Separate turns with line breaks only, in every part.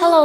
Hello，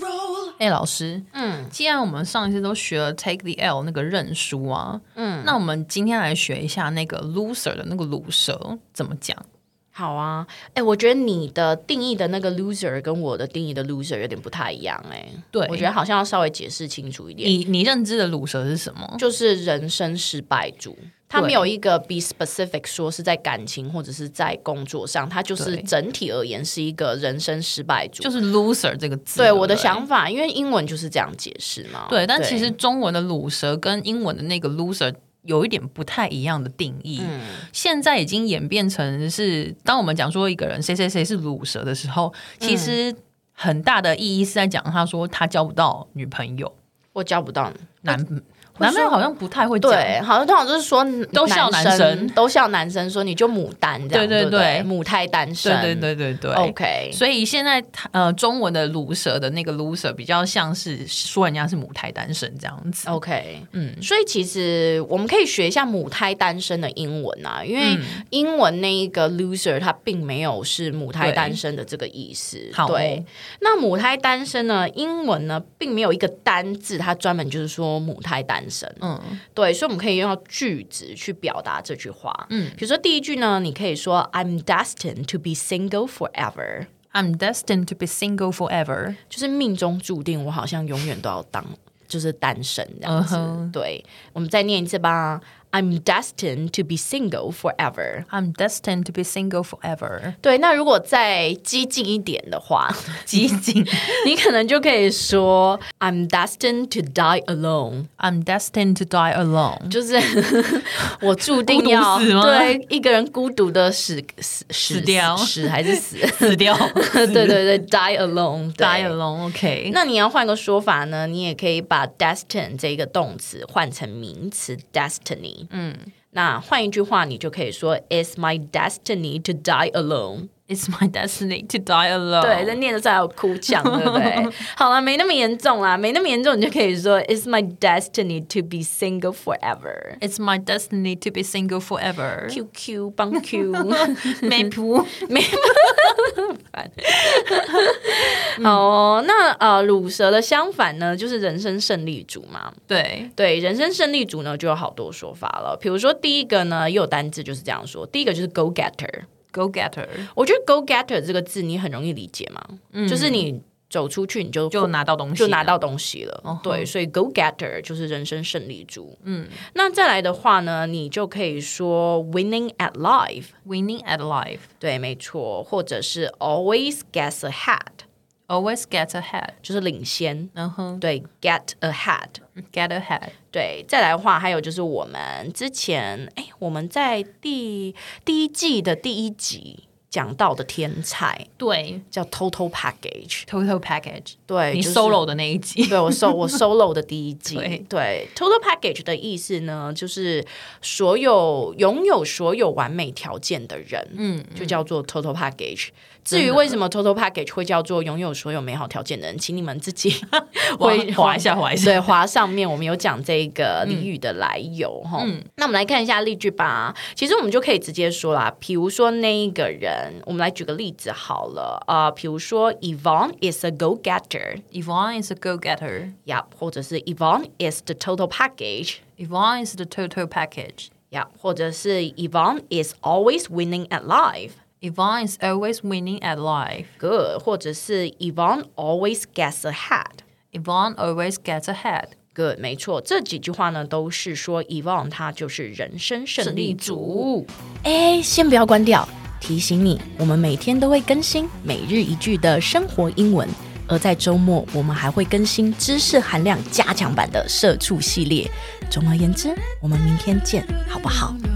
roll.
哎、老师，
嗯
既然我们上一次都学了 take the L 那个认输啊，
嗯，
那我们今天来学一下那个 loser 的那个卤蛇怎么讲。
好啊。哎、我觉得你的定义的那个 loser 跟我的定义的 loser 有点不太一样哎、
对
我觉得好像要稍微解释清楚一点。
你你认知的卤蛇是什么？
就是人生失败组，他
对
没有一个 be specific 说是在感情或者是在工作上，他就是
对
整体而言是一个人生失败组。
就是 loser 这个字。
对
不
我的想法，因为英文就是这样解释嘛。
对，但其实中文的卤蛇跟英文的那个 loser 有一点不太一样的定义。
嗯
现在已经演变成是，当我们讲说一个人谁谁谁是卤蛇的时候，
嗯
其实很大的意义是在讲他说他交不到女朋友，
我交不到你，
男男朋友好像不太会讲。
对，好像通常就是说
都笑
男
男生
都笑男生说你就牡丹这样，
对对
对不对
对
母胎单身，
对对对对对
OK
所以现在他呃，中文的卤蛇的那个 loser 比较像是说人家是母胎单身这样子。
OK，嗯
嗯，
所以其实我们可以学一下母胎单身的英文啊，因为英文那一个 loser 它并没有是母胎单身的这个意思。
好哦
对，那母胎单身呢，英文呢并没有一个单字，它专门就是说母胎单身。
嗯，
对，所以我们可以用到句子去表达这句话。嗯，比如说第一句呢，你可以说 I'm destined to be single forever，
I'm destined to be single forever。
就是命中注定我好像永远都要当就是单身这样子。
嗯
对，我们再念一次吧。I'm destined to be single forever。
I'm destined to be single forever。
对，那如果再激进一点的话，
激进。
你可能就可以说 I'm destined to die alone，
I'm destined to die alone。
就是 我注定
孤独
要
死吗
对一个人孤独的死死死
死掉
死还是 死？
死掉
对对对，die alone，对
，die alone。OK，
那你要换个说法呢，你也可以把 destin 这个动词换成名词 destiny。嗯，那换一句话，你就可以说 It's my destiny to die alone。哦
It's my destiny to die alone。
对，这念的时候还有哭腔，对不对？ 好了，没那么严重啦，没那么严重，你就可以说 It's my destiny to be single forever。
It's my destiny to be single forever。
Q Q 帮 Q，
没谱，
哦，那呃，乳蛇的相反呢，就是人生胜利组嘛。
对，
对，人生胜利组呢就有好多说法了。比如说第一个呢，也有单字就是这样说，第一个就是 go getter。
go getter
我觉得 go getter 这个字你很容易理解嘛，就是你走出去你就
嗯就拿到东西，
就拿。到东西了。
哦吼
对，所以 go getter 就是人生胜利组。嗯，那再来的话呢，你就可以说 winning at life。
Winning at life
对，没错，或者是 always gets ahead，
always get ahead。
就是领先。
然后
对，get ahead。
get ahead
对，再来的话，还有就是我们之前，哎，我们在第第一季的第一集讲到的天才
对
叫 total package，
total package
对，
你
就是
solo 的那一 集。
对我 solo 我 solo 的第一季，
对
对 total package 的意思呢，就是所有拥有所有完美条件的人，嗯，就叫做 total package。至于为什么 total package 会叫做拥有所有美好条件的人，请你们自己 回
划划一下划一下
对，划上面我们有讲这个俚语的来由哈。那我们来看一下例句吧。其实我们就可以直接说啦，比如说那一个人，我们来举个例子好了。呃，比如说 Yvonne is a go getter。
Yvonne is a go getter.
Yep，或者是 Yvonne is the total package。
Yvonne is the total package.
Yep，或者是 Yvonne is always winning at life。
Yvonne is always winning at life.
Good，或者是 Yvonne always gets ahead。
Yvonne always gets ahead.
Good，没错，这几句话呢都是说 Yvonne 她就是人生胜利组。哎，先不要关掉，提醒你，我们每天都会更新每日一句的生活英文，而在周末我们还会更新知识含量加强版的社畜系列。总而言之，我们明天见，好不好？
No,